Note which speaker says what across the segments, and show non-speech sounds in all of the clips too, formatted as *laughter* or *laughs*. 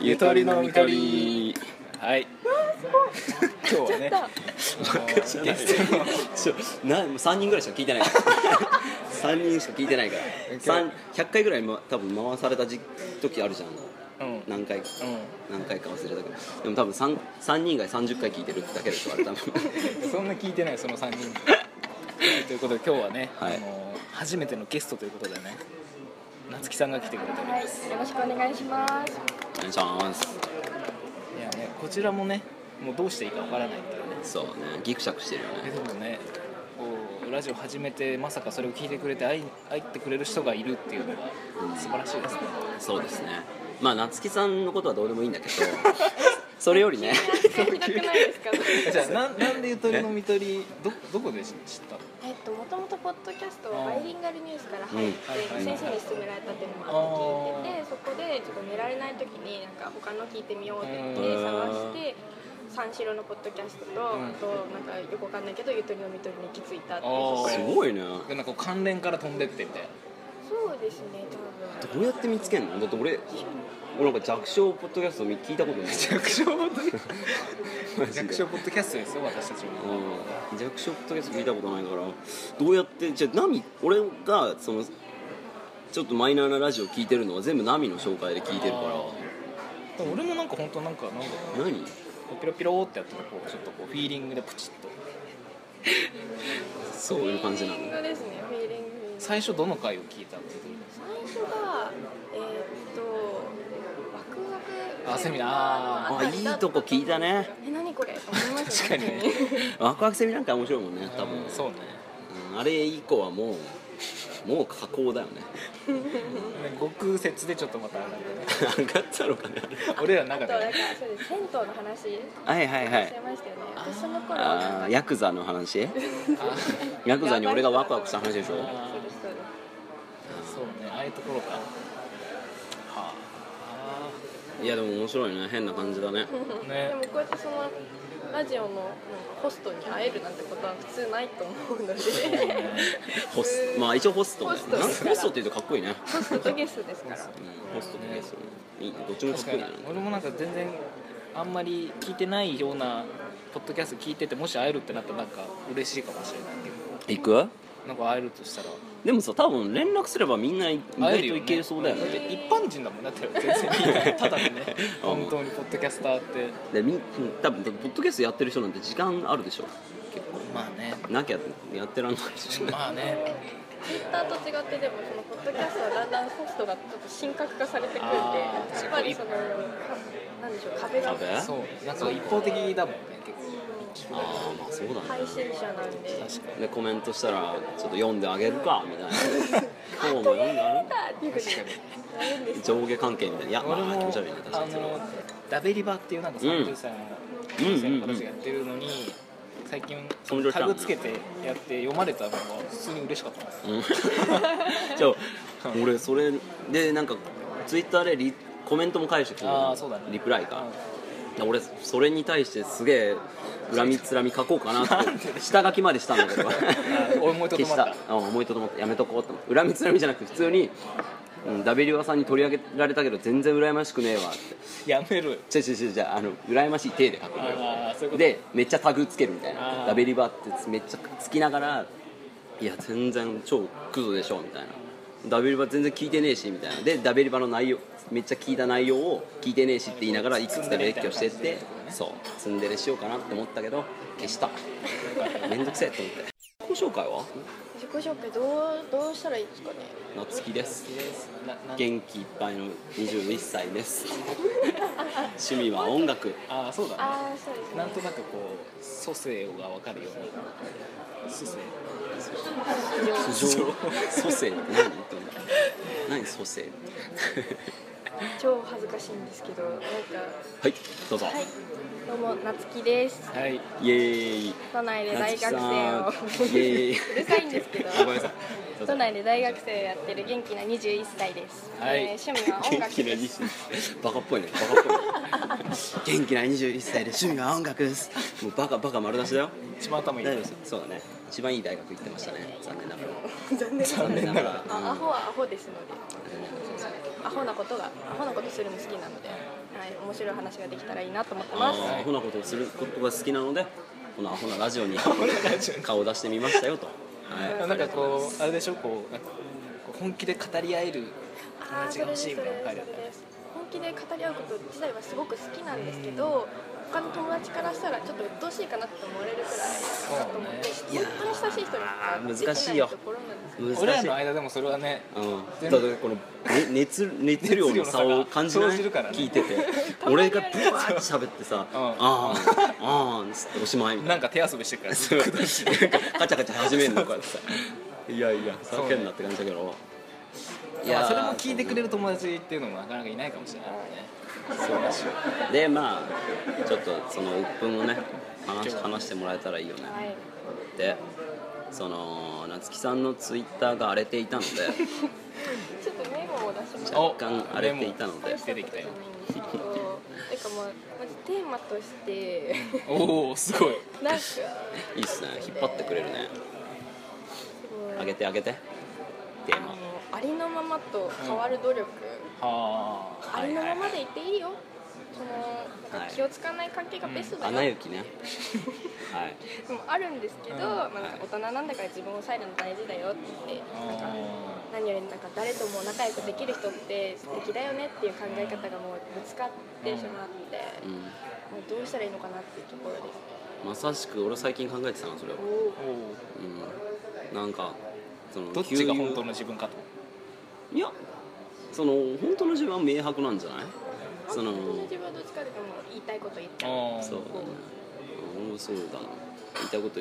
Speaker 1: ゆとりのみとりはい
Speaker 2: 今日はね
Speaker 3: ゲストのちょな3人ぐらいしか聞いてないから3人しか聞いてないから三100回ぐらい、ま、多分回された時時あるじゃん
Speaker 2: うん
Speaker 3: 何回か、
Speaker 2: う
Speaker 3: 何回か忘れたけどでも多分 3, 三人が30回聞いてるだけでしょあれ多分
Speaker 2: んそんな聞いてないその3人ということで今日はね、
Speaker 3: はい
Speaker 2: あの初めてのゲストということでね夏希さんが来てくれており
Speaker 4: はい、
Speaker 2: ま
Speaker 4: よ
Speaker 2: す
Speaker 4: ろしくお願いします。
Speaker 3: お願いします
Speaker 2: いやねこちらもねもうどうしていいかわからないんだよね
Speaker 3: そうねギクシャクしてるよ
Speaker 2: え
Speaker 3: ね
Speaker 2: でもねこうラジオ始めてまさかそれを聞いてくれて愛愛ってくれる人がいるっていうのは素晴らしいですね
Speaker 3: そうですねまあ夏希さんのことはどうでもいいんだけどそれよりね
Speaker 4: 聞きたくないですか。
Speaker 2: えじゃあ *laughs* ななんでゆとりのみとりどどこで知った
Speaker 4: *laughs* えっと、もともとポッドキャストはバイリンガルニュースから
Speaker 3: う
Speaker 4: 入っ
Speaker 3: ん
Speaker 4: て、
Speaker 2: はい
Speaker 4: 先生に勧められたっていうのもあって聞いてて、そこでちょっと寝られない時に、なんか他の聞いてみようって言っ
Speaker 3: う
Speaker 4: て
Speaker 3: ん
Speaker 4: 探して。三四郎のポッドキャストと、
Speaker 2: うん
Speaker 4: あとなんかよくわかんないけどゆとりのみとりに行き着いたっていう
Speaker 2: あー
Speaker 3: すごいね
Speaker 2: なんかこう関連から飛んでってみたいな
Speaker 4: そうですね多分
Speaker 3: どうやって見つけんのだって俺俺なんか弱小ポッドキャスト聞いたことない
Speaker 2: 弱小ポッドキャ
Speaker 3: マ
Speaker 2: スト
Speaker 3: ジで
Speaker 2: 弱小ポッドキャストですよ私たちも
Speaker 3: うん弱小ポッドキャスト聞いたことないからどうやってじゃあナミ俺がそのちょっとマイナーなラジオ聞いてるのは全部ナミの紹介で聞いてるから
Speaker 2: でも俺もなんか本当なんかなんだろう
Speaker 3: 何
Speaker 2: こうピロピローってやってこうちょっとこうフィーリングでプチッと
Speaker 3: そういう感じなの
Speaker 4: フィーリングですねフィーリング
Speaker 2: 最初どの回を聞いたの
Speaker 4: 最初がえーっとワクワク
Speaker 2: あセミナーあ
Speaker 4: の
Speaker 3: あ
Speaker 4: り
Speaker 3: いい
Speaker 4: だった
Speaker 3: とこ聞いたね
Speaker 4: え何これと思いました
Speaker 2: 確か
Speaker 3: ワクワクセミなんか面白いもんね多分、
Speaker 2: うんそうね
Speaker 3: うんあれ以降はもうもう加工だよね
Speaker 2: で極説でちょっとまた上がってね
Speaker 3: 上がったのかね
Speaker 2: 俺らの
Speaker 4: あと
Speaker 2: 中
Speaker 4: なんか
Speaker 2: で
Speaker 4: そうです銭湯の話し
Speaker 3: はいはいは
Speaker 4: て
Speaker 3: い
Speaker 4: ましたよね私その頃なん
Speaker 3: あ
Speaker 4: か
Speaker 3: ーヤクザの話
Speaker 2: あ
Speaker 3: ヤクザに俺がワクワクした話でしょ
Speaker 4: そうですそうです
Speaker 2: そうねああいうところかはあ
Speaker 3: いやでも面白いね変な感じだね
Speaker 2: ね
Speaker 4: でもこうやってそのラジオのうんホストに会えるなんてことは普通ないと思うので
Speaker 3: ホスまあ一応ホストね
Speaker 4: ホスト
Speaker 3: なんかホストって言うとかっこいいね、
Speaker 4: ホストとゲストですから
Speaker 3: ホストとゲストいいねどっちもかっ
Speaker 2: 確
Speaker 3: こ
Speaker 2: か
Speaker 3: いい
Speaker 2: に
Speaker 3: な
Speaker 2: 俺もなんか全然あんまり聞いてないようなポッドキャスト聞いててもし会えるってなったらなんか嬉しいかもしれないけど
Speaker 3: 行く
Speaker 2: なんか会えるとしたら
Speaker 3: でもさ多分連絡すればみんな意
Speaker 2: 会え
Speaker 3: 外
Speaker 2: る
Speaker 3: と
Speaker 2: よ、ね、
Speaker 3: いけそうだよね
Speaker 2: だって一般人だもんだって全然ただでね
Speaker 3: *laughs* うん
Speaker 2: 本当にポッドキャスターって
Speaker 3: でみ多分ポッドキャストやってる人なんて時間あるでしょ
Speaker 2: 結構まあね
Speaker 3: なきゃやってらんないでしょ
Speaker 2: まあね
Speaker 4: ツイッターと違ってでもそのポッドキャストはだんだんホストがちょっと神格化されてくるんで
Speaker 2: あー
Speaker 4: やっぱりそのなんでしょう壁が
Speaker 3: 壁あ
Speaker 2: そうなんか一方的だもんね結
Speaker 3: あーまあそうだね
Speaker 4: 配信者なんで
Speaker 2: 構確かに
Speaker 3: でコメントしたらちょっと読んであげるかみたいな *laughs* 「どうも読んであげる
Speaker 4: っていうふうに
Speaker 2: 確かに
Speaker 4: なるんですよ
Speaker 3: 上下関係みたいな「いやま
Speaker 2: 俺
Speaker 3: あ気
Speaker 2: も
Speaker 3: 持ち悪いね確
Speaker 2: あ
Speaker 3: かにそれ
Speaker 2: の
Speaker 3: は
Speaker 2: ダベリバっていうなんか30歳の女性の方たちがやってるのに、最近
Speaker 3: その料理
Speaker 2: タグつけてやって読まれたのが普通に嬉しかったんですよ
Speaker 3: うんじゃあ俺それでなんかツイッターでリコメントも返してきて
Speaker 2: あーそうだね
Speaker 3: リプライか、俺それに対してすげえ恨みつらみ書こうかなって下書きまでしたんだ
Speaker 2: *laughs*
Speaker 3: けど
Speaker 2: 俺思いとど
Speaker 3: 消
Speaker 2: ま
Speaker 3: し
Speaker 2: ったた
Speaker 3: うん思いとどまったやめとこうと思って恨みつらみじゃなくて普通に、うん、ダビリワさんに取り上げられたけど全然羨ましくねえわって
Speaker 2: やめる
Speaker 3: 違う違う違う違うあの羨ましい体で書くのよ
Speaker 2: ああそういうこと
Speaker 3: でめっちゃタグつけるみたいな
Speaker 2: あー
Speaker 3: ダベリバってめっちゃつきながらいや全然超クズでしょみたいなダベリバ全然聞いてねえしみたいなでダベリバの内容めっちゃ聞いた内容を聞いてねえしって言いながらいくつか列挙してってそうツンデレしようかなって思ったけど消しためんどくせえと思って自己紹介は
Speaker 4: 自己紹介どうどうしたらいいですかね
Speaker 3: 夏希です
Speaker 2: ななん
Speaker 3: 元気いっぱいの21歳です趣味は
Speaker 2: *laughs*
Speaker 3: 音楽
Speaker 2: ああそうだね
Speaker 4: ああそうですね
Speaker 2: なんとなくこう蘇生が分かるような蘇生
Speaker 3: 素性蘇生って何って思って何蘇生
Speaker 4: 超恥ずかしいんですけどなんか
Speaker 3: はい、どうぞ。
Speaker 4: はいどうも夏希です
Speaker 2: はい
Speaker 3: イエーイ。
Speaker 4: 都内で大学生
Speaker 3: 夏
Speaker 4: を
Speaker 3: 希さんイエーイ
Speaker 4: *laughs* うるさいんですけど
Speaker 3: ごめんなさい。どうぞ
Speaker 4: 都内で大学生をやってる元気な21歳です、
Speaker 2: はい
Speaker 4: えー趣味は音
Speaker 3: 元
Speaker 4: 楽
Speaker 3: 気な
Speaker 4: で
Speaker 3: 21
Speaker 4: す
Speaker 3: 歳。バカっぽいね。バカっぽい。元気な21歳で趣味は音楽です。もうバカバカ丸出しだよ。
Speaker 2: 一番頭い
Speaker 3: 大
Speaker 2: い
Speaker 3: 丈夫ですよ。そうだね。一番いい大学行ってましたね。残念ながら。
Speaker 4: 残念です
Speaker 3: 残念ながら。
Speaker 4: あアホはアホですのでアホなことがアホなことするの好きなので、はい、面白い話ができたらいいなと思って
Speaker 3: あ
Speaker 4: ます
Speaker 3: ーアホなことをすることが好きなのでこのアホなラジオに顔を出してみましたよと、はい、
Speaker 2: なんかこうあれでしょこうなんかこう本気で語り合える友
Speaker 4: あー
Speaker 2: 達
Speaker 4: それ
Speaker 2: が
Speaker 4: で
Speaker 2: 欲
Speaker 4: す
Speaker 2: しいみたいな
Speaker 4: そ
Speaker 2: 回
Speaker 4: れ
Speaker 2: だっ
Speaker 4: で
Speaker 2: た
Speaker 4: す本気で語り合うこと自体はすごく好きなんですけど他の友達からしたらちょっと鬱陶しいかなって思われるくらいだなと思って、
Speaker 3: いや
Speaker 4: 本当に親しい人に
Speaker 3: ー
Speaker 4: しか
Speaker 3: 難しいよ
Speaker 4: できないところなんです
Speaker 2: 俺
Speaker 3: 難しい
Speaker 2: らの間でもそれはね
Speaker 3: うん、だからこのね熱熱量の差を感じない
Speaker 2: 熱量の差が
Speaker 3: 聞いてて俺がブワーって喋ってさ「あーあー」っつっておしまいみたいな
Speaker 2: なんか手遊びしてるから
Speaker 3: そうなんかカチャカチャ始めるのかってさいやいやふざけんなって感じだけど
Speaker 2: いやそれも聞いてくれる友達っていうのもなかなかいないかもしれないね
Speaker 3: そうだしでまあちょっとその鬱憤をね話し話してもらえたらいいよね
Speaker 4: はい
Speaker 3: でその夏木さんのツイッターが荒れていたので
Speaker 4: ちょっとメモを出しました
Speaker 2: お
Speaker 3: 若干荒れていたので
Speaker 4: 大したことじゃないんですけどなんかもうまずテーマとして
Speaker 2: おおすごい
Speaker 4: *laughs* なんかす
Speaker 3: いいっすね引っ張ってくれるね
Speaker 4: ごい
Speaker 3: あげてあげてテー
Speaker 4: あ
Speaker 3: マ
Speaker 4: のありのままと変わる努力、
Speaker 2: はあ
Speaker 4: ありのままで
Speaker 3: い
Speaker 4: いていいよそのなんか気を使わない関係がベストだよ、
Speaker 3: 穴雪ね *laughs* はい
Speaker 4: でもあるんですけど、
Speaker 2: うん
Speaker 4: まあ、なんか大人なんだから自分を抑えるの大事だよって言ってなんか何よりなんか誰とも仲良くできる人って素敵だよねっていう考え方がもうぶつかってしまって、
Speaker 3: うん
Speaker 4: もうどうしたらいいのかなっていうところです
Speaker 3: まさしく俺最近考えてたなそれを
Speaker 4: お
Speaker 2: おお
Speaker 3: うんなんかその
Speaker 2: どっちが本当
Speaker 3: の
Speaker 2: の自分かと
Speaker 3: いやその本当の自分は明白なんじゃないその
Speaker 4: 自分はどっちかというともう言いたいこと言っちゃう
Speaker 2: あ
Speaker 3: そうだね俺もそうだな言いたいこと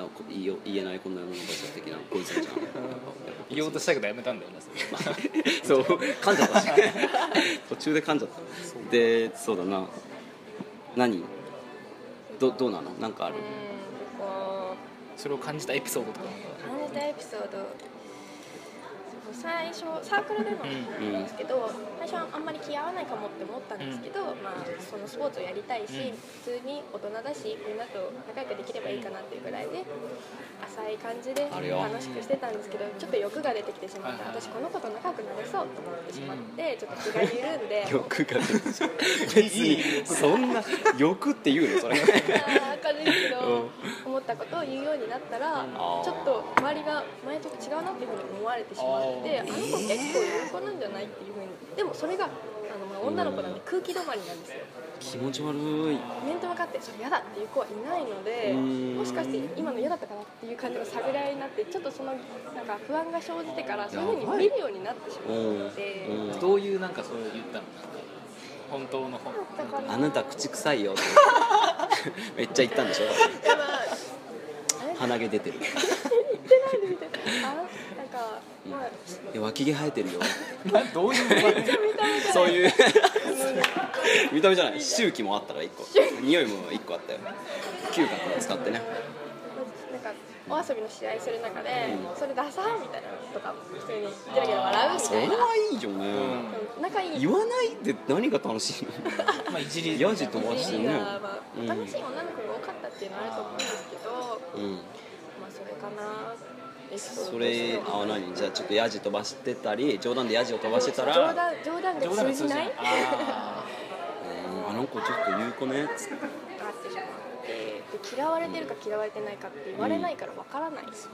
Speaker 3: なんか言いよ言えないこんな世の中じゃ的なこ
Speaker 2: *laughs*
Speaker 3: いつじゃん
Speaker 2: 言おうとしたけどやめたんだよなそれ
Speaker 3: そう噛んじゃったし途中で噛んじゃったでそうだな何どどうなのなんかある
Speaker 4: うんこ
Speaker 2: それを感じたエピソードとかなんか
Speaker 4: う感じたエピソードそう最初サークルでの
Speaker 3: うん
Speaker 4: なんですけど最初はあんまり気合わないかもって思ったんですけど、まあ、そのスポーツをやりたいし、
Speaker 2: うん
Speaker 4: 普通に大人だしみんなと仲良くできればいいかなっていうぐらいで浅い感じで
Speaker 3: あるよ
Speaker 4: 楽しくしてたんですけどちょっと欲が出てきてしまって、
Speaker 2: はいはい
Speaker 4: 私この子と仲良くなれそうと思ってしまって、ちょっと気が緩んで
Speaker 3: *laughs* 欲が出てきた別にそんな欲って言うのそれ
Speaker 4: あー明るいけど思ったことを言うようになったら
Speaker 3: ー
Speaker 4: ちょっと周りが前と違うなっていうふうに思われてしまって
Speaker 2: あー
Speaker 4: あの子結構いい子なんじゃないっていうふうにでもそれがあのまあ女の子なんで空気止まりなんですよ
Speaker 3: 気持ち悪い
Speaker 4: 面と向かってそれ嫌だっていう子はいないので
Speaker 3: うーん
Speaker 4: もしかして今の嫌だったかなっていう感じの探り合いになってちょっとそのなんか不安が生じてからそういうふうに見るようになってしまって
Speaker 3: うんうん
Speaker 2: どういうなんかそう言ったのなんか本当の本
Speaker 4: だったかな
Speaker 3: あなた口臭いよってめっちゃ言ったんでしょ
Speaker 4: では
Speaker 3: 鼻毛出てる
Speaker 4: あなんかまあ
Speaker 3: いや脇毛生えてるよ
Speaker 2: な *laughs* どういう場面
Speaker 3: そういう見た目じゃない周期もあったから1個匂いも1個あったよ嗅覚を使ってね
Speaker 4: なんかお遊びの試合する中で、それダサいみたいなのとか普通にギラギラ笑うみ
Speaker 3: そ
Speaker 4: た
Speaker 3: れ
Speaker 4: いな
Speaker 3: はいいよね
Speaker 4: うん仲いい
Speaker 3: 言わないで何が楽しいの
Speaker 2: まあいじり
Speaker 3: ヤジ飛ばしてね
Speaker 4: ま
Speaker 3: うん
Speaker 4: あ、楽しい女の子が多かったっていうのはあると思うんですけど、
Speaker 3: うん
Speaker 4: まあそれかなエピソード
Speaker 3: それあ
Speaker 4: としては
Speaker 3: 何じゃあちょっとヤジ飛ばしてたり冗談でヤジを飛ばしてたら
Speaker 4: 冗談冗談
Speaker 2: 冗談
Speaker 4: が
Speaker 2: が
Speaker 4: 通
Speaker 2: 通じ
Speaker 4: じな
Speaker 2: ないいあ
Speaker 3: うんあの子ちょっと言う子ねっつって
Speaker 4: なってしまってで嫌われてるか嫌われてないかって言われないからわからないし、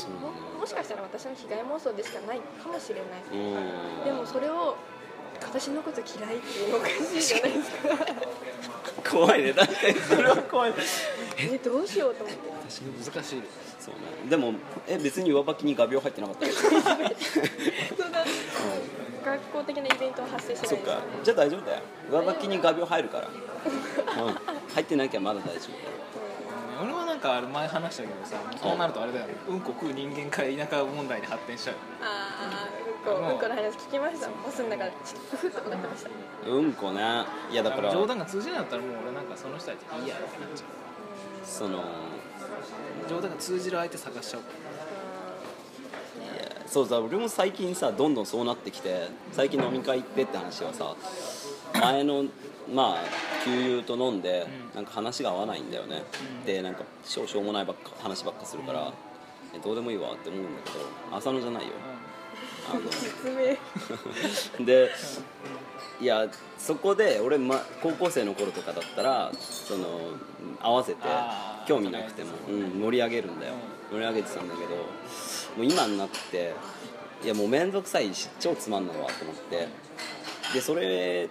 Speaker 3: そう
Speaker 4: ももしかしたら私の被害妄想でしかないかもしれない、
Speaker 3: うん
Speaker 4: でもそれを私のこと嫌いっていうのおかしいじゃないですか
Speaker 3: 怖いねだってそれは怖い
Speaker 4: えどうしようと思って
Speaker 2: ー難しいです
Speaker 3: *laughs* そうねでもえ別に上履きに画鋲入ってな *laughs* かったよ
Speaker 4: そんな学校的なイベントは発生しない
Speaker 3: そっ
Speaker 4: です
Speaker 3: かじゃあ大丈夫だよ上履きに画鋲入るから、うん、入ってなきゃまだ大丈
Speaker 2: 俺はなんかあれ前話したけどさそうなるとあれだよねうんこ食う人間から田舎問題に発展しちゃうよね
Speaker 4: ああうんこうんこの話聞きましたボスの中でちょっとふふっとなってました
Speaker 3: 夫うんこねいやだから
Speaker 2: 冗談が通じないんだったらもう俺なんかその人たちいいやってなっちゃ
Speaker 3: そのいう
Speaker 2: 冗談が通じる相手探しちゃう
Speaker 3: やそうさ俺も最近さどんどんそうなってきて最近飲み会行ってって話はさ前のまあ給油と飲んでなんか話が合わないんだよね、でなんかしょうしょうもないばっか話ばっかするから、えどうでもいいわって思うんだけど浅野じゃないよ、
Speaker 4: 説
Speaker 3: *laughs*
Speaker 4: 明
Speaker 3: でいやそこで俺、ま、高校生の頃とかだったらその合わせて
Speaker 2: あー
Speaker 3: 興味なくても、うん、盛り上げるんだよ、盛り上げてたんだけどもう今になっていやもう面倒くさいし超つまんないわと思ってでそれ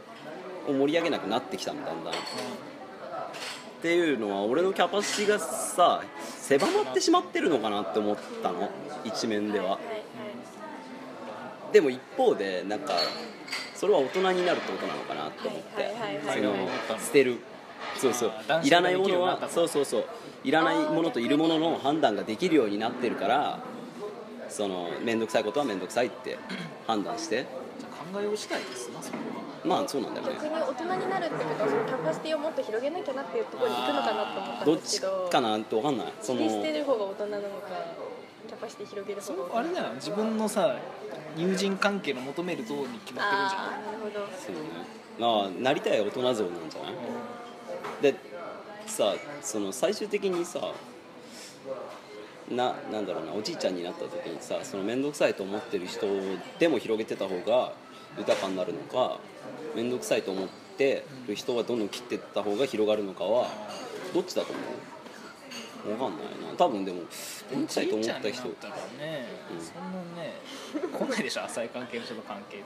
Speaker 3: を盛り上げなくなってきたのだんだん。っていうのは俺のキャパシティがさ狭まってしまってるのかなって思ったの一面では
Speaker 4: はいはい
Speaker 3: でも一方でなんかそれは大人になるってことなのかなと思って、
Speaker 4: はいはいはいはい
Speaker 3: その捨てるそうそう
Speaker 2: 断捨離ができるようになったと
Speaker 3: いらないものはそうそうそういらないものといるものの判断ができるようになってるからその面倒くさいことは面倒くさいって判断して
Speaker 2: 考えをしたいですなそこは
Speaker 3: まあそうなんだよ
Speaker 4: 逆
Speaker 3: ね
Speaker 4: に大人になるってことはそのキャパシティをもっと広げなきゃなっていうところに行くのかなと思った
Speaker 3: ど
Speaker 4: ん
Speaker 3: っ
Speaker 4: です
Speaker 3: ち
Speaker 4: けど
Speaker 3: かなって分かんないそ
Speaker 4: 切
Speaker 3: の
Speaker 4: り捨てる方が大人なのかキャパシティ広げる
Speaker 2: そ
Speaker 4: 方
Speaker 2: れ
Speaker 4: が
Speaker 2: あれだよ自分のさ友人関係の求める像に決まってるじゃん
Speaker 4: ああなるほど
Speaker 3: そうねまあなりたい大人像なんじゃないでさその最終的にさななんだろうなおじいちゃんになった時にさその面倒くさいと思ってる人でも広げてた方が豊かになるのか面倒くさいと思ってる人はどんどん切ってった方が広がるのかはどっちだと思うわかんないな多分でも面倒くさいと思った
Speaker 2: おじいちゃ
Speaker 3: 人
Speaker 2: んにならね、
Speaker 3: うん
Speaker 2: そんなね来ないでしょ浅い関係の人と関係って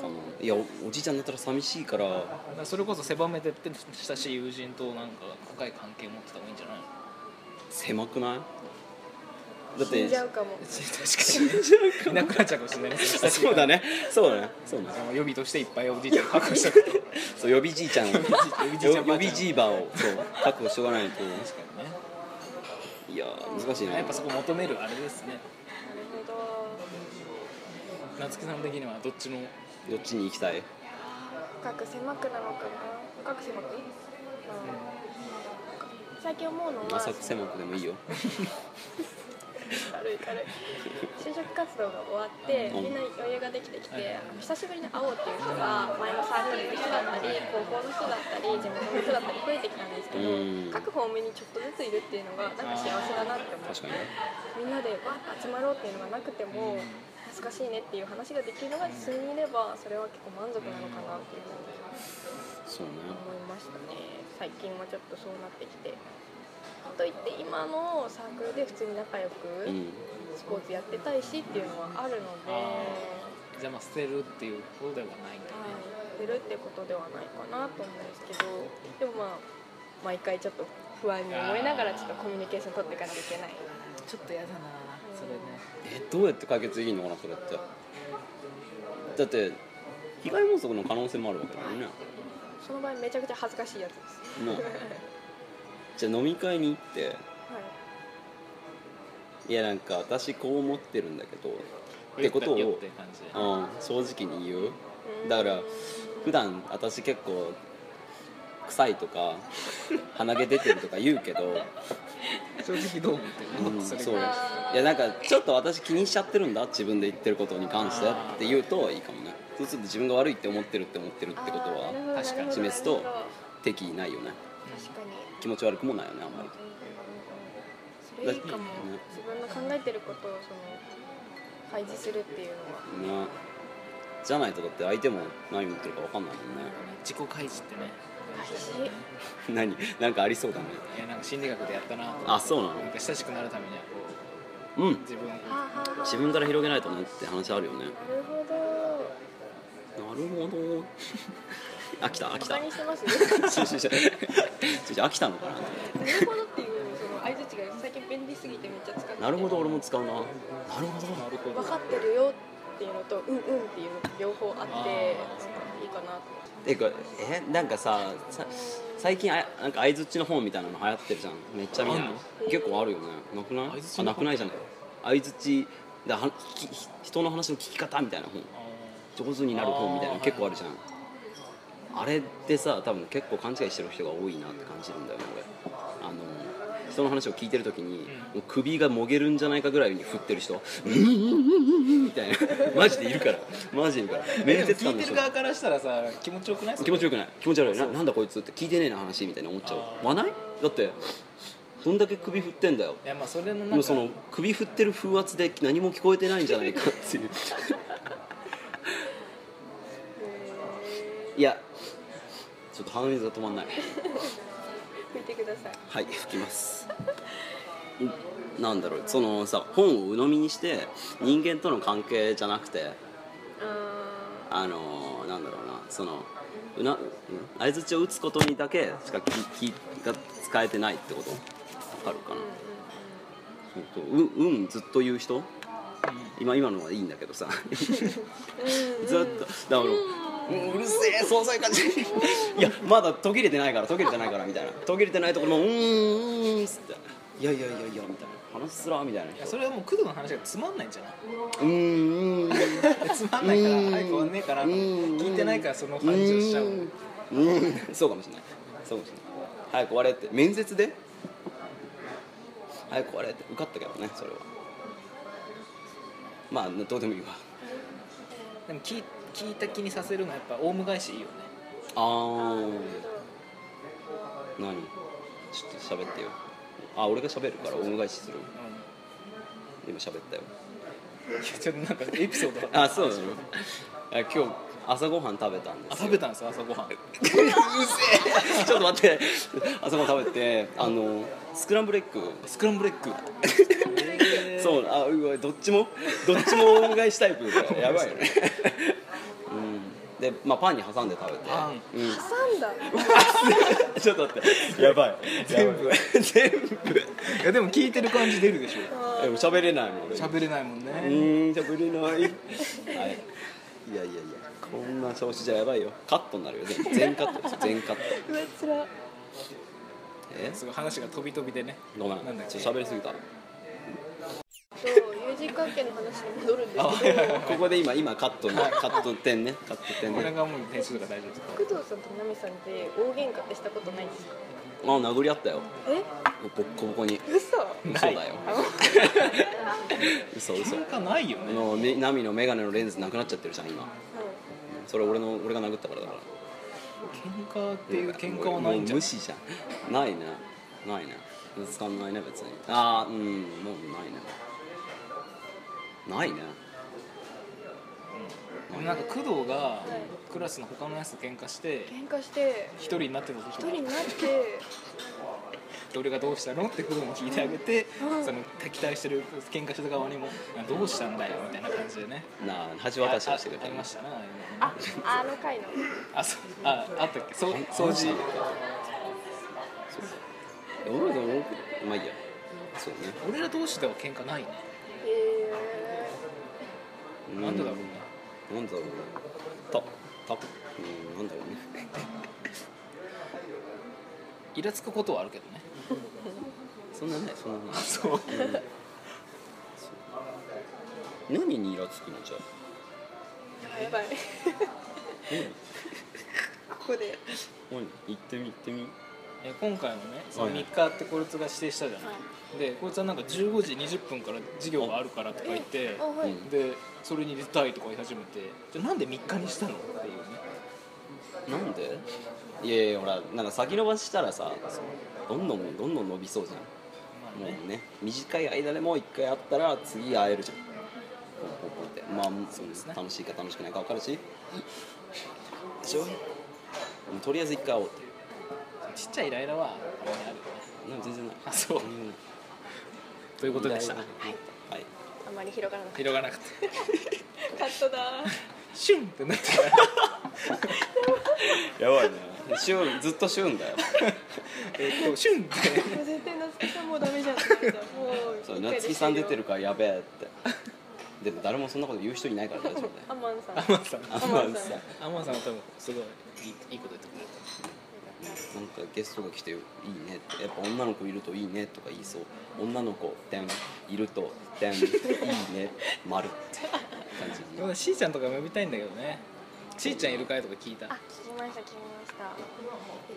Speaker 3: かないやおおじいちゃんになったら寂しいから
Speaker 2: だからそれこそ狭めてって親しい友人となんか深い関係持ってた方がいいんじゃないの
Speaker 3: 狭くないだっ
Speaker 4: 死
Speaker 3: て
Speaker 4: んじゃうかも
Speaker 2: 確かにいなくなっちゃうかもしれないね
Speaker 3: あそうだねそうだねそうだね
Speaker 2: あの予備としていっぱいおじいちゃんを確保したけど確
Speaker 3: そう予備じいちゃんを予
Speaker 2: 備じいちゃんばあちゃん
Speaker 3: 予備じいばをそう確保しておかないと
Speaker 2: かにね
Speaker 3: いやー難しいな
Speaker 2: やっぱそこ求めるあれですね
Speaker 4: なるほど
Speaker 2: 夏木さん的にはどっちの
Speaker 3: どっちに行きたい
Speaker 4: 深く狭くなのかな深く狭く、まあ、最近思うのは
Speaker 3: 浅く狭くでもいいよ
Speaker 4: 軽い軽い就職活動が終わってみんな余裕ができてきて久しぶりに会おうっていう人が前のサークルの人だったり高校の人だったり地元の人だったり増えてきたんですけど
Speaker 3: うん
Speaker 4: 各方面にちょっとずついるっていうのがなんか幸せだなって思う
Speaker 3: 確かにね
Speaker 4: みんなでわーって集まろうっていうのがなくても懐かしいねっていう話ができるのが数人いればそれは結構満足なのかなっていうのを
Speaker 3: そうね
Speaker 4: 思いましたね最近はちょっとそうなってきてかといって今のサークルで普通に仲良く、
Speaker 3: うん
Speaker 4: スポーツやってたいしっていうのはあるので、は
Speaker 2: あじゃあまあ捨てるっていうことではないんだよね
Speaker 4: い、出るってことではないかなと思うんですけどでもまあ毎回ちょっと不安に思いながらちょっとコミュニケーション取っていかなきゃいけない
Speaker 2: ちょっと嫌だなそれね
Speaker 3: えどうやって解決できるのかなそれってだって被害妄想の可能性もあるわけだよね
Speaker 4: その場合めちゃくちゃ恥ずかしいやつです、
Speaker 3: なあじゃあ飲み会に行って
Speaker 4: はい、
Speaker 3: いやなんか私こう思ってるんだけどってこと
Speaker 2: 言た
Speaker 3: を
Speaker 2: よって感じで
Speaker 3: うん、正直に言う
Speaker 4: うん
Speaker 3: だから普段私結構臭いと
Speaker 4: *laughs*
Speaker 3: か鼻毛出てるとか言うけど、
Speaker 2: 正直どう思ってる
Speaker 3: う
Speaker 2: の、
Speaker 3: ん、
Speaker 2: そ
Speaker 3: そう
Speaker 2: れ
Speaker 3: いやなんかちょっと私気にしちゃってるんだ自分で言ってることに関してって言うといいかもねそうすると自分が悪いって思ってるって思ってるってこと
Speaker 4: あーなる
Speaker 3: は
Speaker 4: ほど
Speaker 2: 確かに
Speaker 4: なるほど
Speaker 3: 示すと
Speaker 4: なるほど
Speaker 3: 敵意ないよね
Speaker 4: 確かに
Speaker 3: 気持ち悪くもないよねあんまり
Speaker 4: それいいかも、
Speaker 3: ね
Speaker 4: 自分の考えてることをその開示するっていうのは
Speaker 3: ねじゃないとだって相手も何持ってるか分かんないもんね
Speaker 2: 自己開示ってね
Speaker 4: 大事
Speaker 3: 何なんかありそうだね
Speaker 2: いやなんか心理学でやったな
Speaker 3: あそうな
Speaker 2: なん
Speaker 3: の
Speaker 2: か親しくなるためにはこ
Speaker 3: うん
Speaker 2: う自分を
Speaker 4: はあはあはあ
Speaker 3: 自分から広げないとねって話あるよね
Speaker 4: なるほど
Speaker 3: なるほど *laughs* 飽きた飽
Speaker 4: バ
Speaker 3: きた
Speaker 4: カにしてますね
Speaker 3: そうそうそう *laughs* ちょちょ飽きたのか
Speaker 4: なるほどっていうその相槌が最近便利すぎてめっちゃ使ってて
Speaker 3: ななるほど俺も使うななるほど
Speaker 2: なるほ
Speaker 4: 分かってるよっていうのとうんうんっていうのと両方あって
Speaker 2: あー
Speaker 4: いいかなと思って
Speaker 3: てかえなんかささ最近あなんか相づちの本みたいなの流行ってるじゃんめっちゃみんな
Speaker 2: あんの
Speaker 3: 結構あるよねなくない
Speaker 2: 相槌の本
Speaker 3: あなくないじゃない相づちだは聞き人の話の聞き方みたいな本上手になる本みたいなの結構あるじゃんあれってさ多分結構勘違いしてる人が多いなって感じるんだよね俺あの人の話を聞いてる時に、もう首がもげるんじゃないかぐらいに振ってる人うんうんうんうんうんみたい
Speaker 2: *laughs*
Speaker 3: なマジでいるからマジでいるから面
Speaker 2: 聞
Speaker 3: 接官
Speaker 2: い
Speaker 3: の
Speaker 2: て
Speaker 3: 人
Speaker 2: る側からしたらさ気持ちよくない
Speaker 3: 気持ちよくない気持ち悪いななんだこいつって聞いてねえな話みたいな思っちゃうわないだってどんだけ首振ってんだよ
Speaker 2: いやまあそれの
Speaker 3: で
Speaker 2: なん
Speaker 3: も
Speaker 2: か
Speaker 3: その首振ってる風圧で何も聞こえてないんじゃないかっていういやちょっと鼻水が止まんない
Speaker 4: 拭いてください
Speaker 3: はい吹きますんなんだろうそのさ本を鵜呑みにして人間との関係じゃなくて
Speaker 4: あ
Speaker 3: あのーなんだろうなそのうなうん相づちを打つことにだけしか気気が使えてないってことわかるかな、そうそうううんずっと言う人、今今のはいいんだけどさずっとだから、うんうるせえそうそういう感じいやまだ途切れてないから途切れてないからみたいな途切れてないところもうーんうーんっつっていやいやいやいやみたいな話すらみたいない
Speaker 2: やそれはもう工藤の話がつまんないんじ
Speaker 3: *laughs*
Speaker 2: ゃないう
Speaker 3: ーんうーん
Speaker 2: つまんないから
Speaker 3: うん
Speaker 2: 早く終わんねえかなと思って
Speaker 3: うん
Speaker 2: 聞いてないからその話をしちゃう
Speaker 3: うんうんそうかもしれないそうかもしれない早く終われって面接で早く終われって受かったけどねそれはまあどうでもいいわ
Speaker 2: でも聞い聞いた気にさせるのはやっぱオウム返
Speaker 3: *laughs*
Speaker 2: しいいよね
Speaker 3: あー何ちょっと喋ってよあ俺が喋るから恩返しする
Speaker 2: うんい
Speaker 3: 今喋ったよ
Speaker 2: やちょっとなんかエピソードが
Speaker 3: あそうなのあ今日朝ごはん食べたんです
Speaker 2: あ
Speaker 3: よ
Speaker 2: 食べたんですよ朝ごはん
Speaker 3: ちょっと待って朝ごはん食べてあのスクランブルエッグ
Speaker 2: スクランブルエッグ
Speaker 3: そうあうわどっちもどっちも恩返しタイプだから *laughs* やばいよねうんでまあパンに挟んで食べて
Speaker 2: パン
Speaker 3: うん
Speaker 4: 挟んだ
Speaker 3: *laughs* ちょっと待って *laughs* やばい全部全部
Speaker 2: いやでも聞いてる感じ出るでしょ
Speaker 3: *laughs* でも喋れないもん俺
Speaker 2: 喋れないもんね
Speaker 3: うーん喋れないはいいやいやいやこんな調子じゃやばいよカットになるよ全部全カットですよ全カット
Speaker 4: うわつら
Speaker 3: え
Speaker 2: すごい話が飛び飛びでね
Speaker 3: ごめん
Speaker 2: なんだっけ
Speaker 3: ちょっと喋りすぎた
Speaker 4: そう友人関係の話に戻るんですけど
Speaker 3: *laughs* ここで今今カットのカット点ねカット点
Speaker 2: これ
Speaker 3: ね
Speaker 2: がもう編集とか大丈夫です
Speaker 4: 工藤さんと奈美さんで大喧嘩ってしたことないんですか
Speaker 3: あ殴り合ったよ
Speaker 4: え
Speaker 3: ボッコボコに
Speaker 4: 嘘
Speaker 3: 嘘だよ
Speaker 4: あの
Speaker 3: 嘘嘘
Speaker 2: 喧嘩ないよ
Speaker 3: あ
Speaker 2: ね
Speaker 3: のめナミの眼鏡のレンズなくなっちゃってるじゃん今それ俺の俺が殴ったからだから
Speaker 2: 喧嘩っていう喧嘩はないんじゃな
Speaker 3: もう無
Speaker 2: い
Speaker 3: 視じゃん *laughs* ないねないねぶつかんないね別にああうんもうないねないね
Speaker 2: でもなんか工藤がクラスの他のやつと喧嘩して
Speaker 4: 喧嘩して
Speaker 2: 一人になってた
Speaker 4: 一
Speaker 2: 時
Speaker 4: 人
Speaker 2: が
Speaker 4: になって
Speaker 2: で俺がどうしたのってことも聞いてあげて、
Speaker 4: うん
Speaker 2: その敵対してる喧嘩してた側にもあどうしたんだよみたいな感じでね
Speaker 3: なあ橋渡しをしてく
Speaker 2: あ
Speaker 3: れ
Speaker 2: あ
Speaker 3: た
Speaker 2: ありましたな
Speaker 4: ああの回の
Speaker 2: あそうああったっけそう掃除
Speaker 3: え俺でもまあいいやそうね
Speaker 2: 俺ら同士では喧嘩ないね、
Speaker 4: え
Speaker 3: うん
Speaker 2: なんでだろうね
Speaker 3: なんだろうね
Speaker 2: とと
Speaker 3: うんなんだろうね
Speaker 2: イラつくことはあるけどね
Speaker 3: そんなないそんなない
Speaker 2: そう
Speaker 3: 何にイラつくのじゃあ
Speaker 4: ー、や *laughs* ばいここで
Speaker 3: 何行ってみ行ってみ
Speaker 2: え今回もねその
Speaker 3: はいはい
Speaker 2: 3日ってこいつが指定したじゃない、でこいつはなんか15時20分から授業があるからとか言って
Speaker 4: あはい、
Speaker 3: うん
Speaker 2: でそれに出たいとか言い始めてじゃあなんで3日にしたのっていうね
Speaker 3: なんでいやいやほらなんか先延ばししたらさどんどんどんどん伸びそうじゃん
Speaker 2: まあ
Speaker 3: も
Speaker 2: ね
Speaker 3: うね短い間でもう一回会ったら次会えるじゃんポンポンポンってまあそうです、
Speaker 2: ね
Speaker 3: 楽しいか楽しくないか分かるしでしょもうとりあえず一回会おうって
Speaker 2: ちっちゃいイライラはたまにあるよね
Speaker 3: なんか全然ない
Speaker 2: あそう
Speaker 3: うん
Speaker 2: ということでした
Speaker 3: はいはい
Speaker 4: あまり広がらなかっ
Speaker 2: 広がなくて
Speaker 4: たカットだ
Speaker 2: *laughs* シュンってなって
Speaker 3: やばいねシュンずっとシュン *laughs* だよ
Speaker 2: えっ *laughs* とシュンって
Speaker 4: 絶対夏木さんもうダメじゃんってなるじゃんもう
Speaker 3: そう夏木さん出てるからやべえってでも誰もそんなこと言う人いないから大丈夫だよ
Speaker 4: アマンさん
Speaker 2: アマンさん
Speaker 3: *laughs* あ
Speaker 4: アマンさん
Speaker 2: アマンさんは多分すごいいいいいこと言ってくれ
Speaker 3: なんかゲストが来ていいねってやっぱ女の子いるといいねとか言いそう女の子点いると点いいね丸って感じ
Speaker 2: たでもしーちゃんとかも呼びたいんだけどねしーちゃんいるかいとか聞いた
Speaker 4: あ、聞きました聞きました。えっ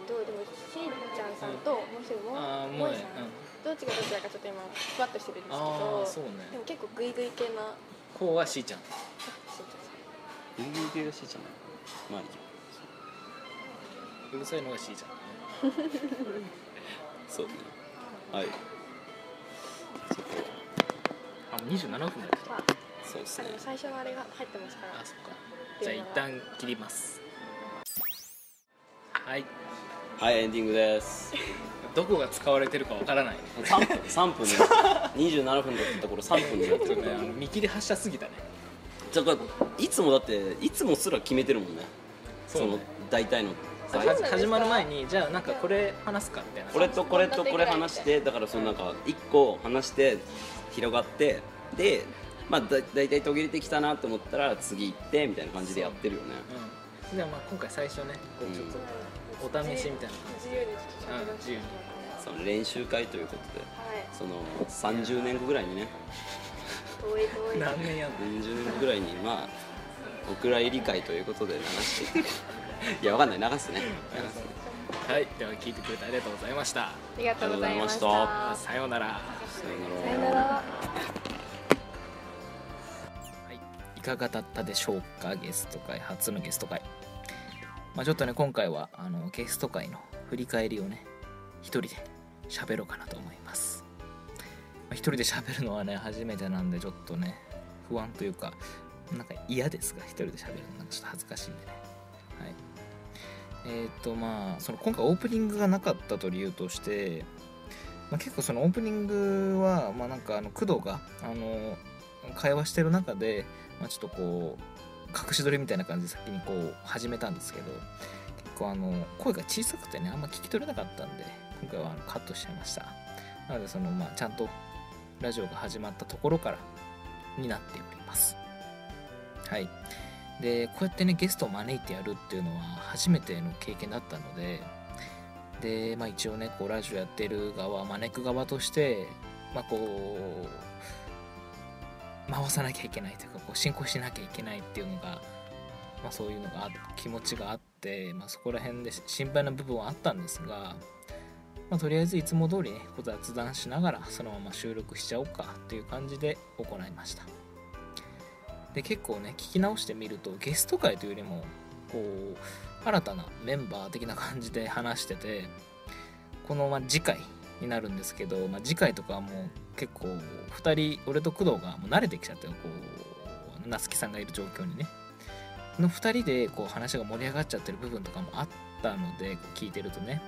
Speaker 4: とでもしーちゃんさんともう一人も
Speaker 2: あー
Speaker 4: も
Speaker 2: 萌
Speaker 4: え
Speaker 2: え
Speaker 4: さん、どっちがどっちだかちょっと今ふわっとしてるんですけ
Speaker 2: あ
Speaker 4: ど
Speaker 2: ー、そうね
Speaker 4: でも結構グイグイ系な
Speaker 2: こうはしーちゃん
Speaker 4: しーちゃんさ
Speaker 3: 人
Speaker 4: ん。
Speaker 3: 間系らしいじゃないまあいいや
Speaker 2: うるさいのがしーちゃん
Speaker 3: そうねはいちょっ
Speaker 2: あもう27分まで来た
Speaker 4: まあ、
Speaker 3: とそうです
Speaker 4: あ
Speaker 3: ね
Speaker 4: の最初のあれが入ってますから
Speaker 2: あそっかじゃあ一旦切りますはい
Speaker 3: はいエンディング *laughs* です
Speaker 2: どこが使われてるかわから
Speaker 4: *laughs*
Speaker 2: ないね
Speaker 3: 3分3分です27分だったところ3分になって
Speaker 2: ちょっ
Speaker 3: る
Speaker 2: とね
Speaker 3: ね
Speaker 2: あの見切り発車すぎたね
Speaker 3: だからいつもだっていつもすら決めてるもんねそ
Speaker 2: そうね
Speaker 3: の大体の
Speaker 2: は
Speaker 4: うなんですか
Speaker 2: 始まる前にじゃあなんかこれ話すかみたいな
Speaker 3: これとこれとこれ話してだからそのなんか1個話して広がってでまあだ大体途切れてきたなと思ったら次行ってみたいな感じでやってるよね
Speaker 2: うん、ではまあ今回最初ねこうちょっとお試しみたいな
Speaker 4: 自由にちょっと喋らせてもらって
Speaker 3: その練習会ということで
Speaker 4: はい
Speaker 3: その30年後ぐらいにね
Speaker 4: 遠い遠い
Speaker 2: 何年やんの
Speaker 3: 40年後ぐらいにまあお蔵入り会ということで流してい *laughs* くいやわかんない流すね
Speaker 2: はいでは聞いてくれてありがとうございました
Speaker 4: ありがとうございまし
Speaker 3: ありがとうござい
Speaker 4: た
Speaker 2: さようなら
Speaker 3: さよなら
Speaker 4: さよなら
Speaker 2: はい、いかがだったでしょうかゲスト会初のゲスト会、まあ、ちょっとね今回はあのゲスト会の振り返りをね一人で喋ろうかなと思います、まあ一人で喋るのはね初めてなんでちょっとね不安というかなんか嫌ですが一人で喋るのなんかちょっと恥ずかしいんでねはいえっ、とまあその今回オープニングがなかったと理由として、まあ、結構そのオープニングはまあなんかあの工藤があの会話してる中で、まあ、ちょっとこう隠し撮りみたいな感じで先にこう始めたんですけど結構あの声が小さくてねあんま聞き取れなかったんで今回はあのカットしちゃいましたなのでそのまあちゃんとラジオが始まったところからになっておりますはいでこうやってねゲストを招いてやるっていうのは初めての経験だったのでで、まあ、一応ねこうラジオやってる側招く側としてまあこう回さなきゃいけないというかこう進行しなきゃいけないっていうのが、まあ、そういうのがあ気持ちがあって、まあ、そこら辺でし心配な部分はあったんですが、まあ、とりあえずいつも通りねこう雑談しながらそのまま収録しちゃおうかという感じで行いましたで結構ね聞き直してみるとゲスト会というよりもこう新たなメンバー的な感じで話しててこのまあ次回になるんですけど、まあ、次回とかはもう結構2人俺と工藤がもう慣れてきちゃったよこう夏樹さんがいる状況にねの2人でこう話が盛り上がっちゃってる部分とかもあったので聞いてるとね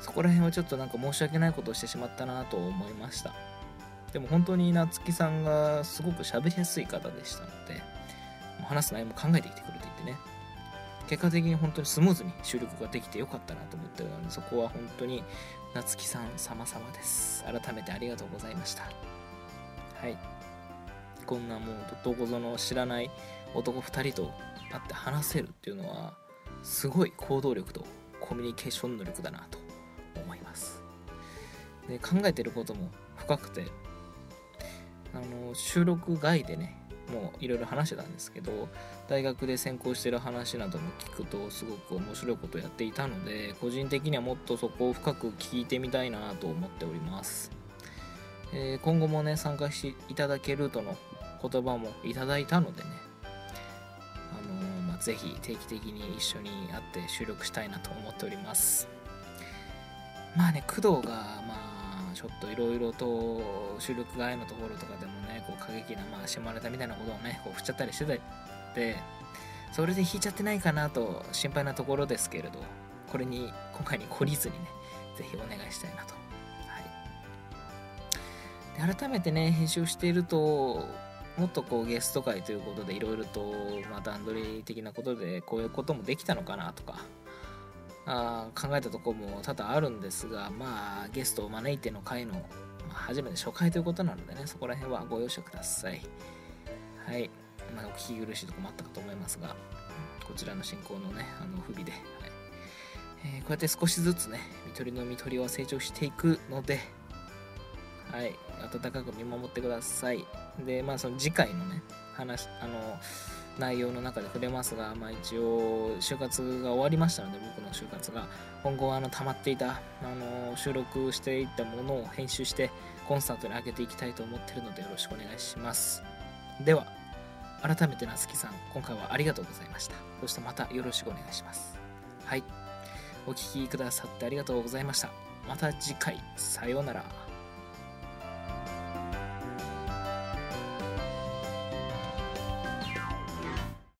Speaker 2: そこら辺はちょっとなんか申し訳ないことをしてしまったなと思いましたでも本当に夏樹さんがすごく喋りやすい方でしたのでもう話す内容も考えてきてくれていてね結果的に本当にスムーズに収録ができてよかったなと思ってるのでそこは本当に夏木さん様々です改めてありがとうございましたはいこんなもうどこぞの知らない男2人と会って話せるっていうのはすごい行動力とコミュニケーション能力だなと思いますで考えてることも深くてあの収録外でねもういろいろ話してたんですけど大学で専攻してる話なども聞くとすごく面白いことをやっていたので個人的にはもっとそこを深く聞いてみたいなと思っております、えー今後もね参加していただけるとの言葉もいただいたのでねあのーまあ、ぜひ定期的に一緒に会って収録したいなと思っておりますまあね工藤がまあちょっといろいろと収録外のところとかでもねこう過激なまあ下ネタみたいなことをねこう振っちゃったりしてたりってそれで引いちゃってないかなと心配なところですけれどこれに今回に懲りずにねぜひお願いしたいなと、はい、で改めてね編集しているともっとこうゲスト会ということでいろいろとまあ段取り的なことでこういうこともできたのかなとかあー考えたとこも多々あるんですがまあゲストを招いての回の、まあ初めて初回ということなのでねそこら辺はご容赦くださいはい、まあ、お聞き苦しいとこもあったかと思いますがこちらの進行のねあの不備で、はいえーこうやって少しずつね見取りの見取りは成長していくのではい温かく見守ってくださいでまあその次回のね話あの内容の中で触れますが、まあ、一応就活が終わりましたので僕の就活が今後はあの溜まっていたあの収録していったものを編集してコンサートに上げていきたいと思ってるのでよろしくお願いしますでは改めて夏木さん今回はありがとうございましたそしてまたよろしくお願いしますはいお聞きくださってありがとうございましたまた次回さようなら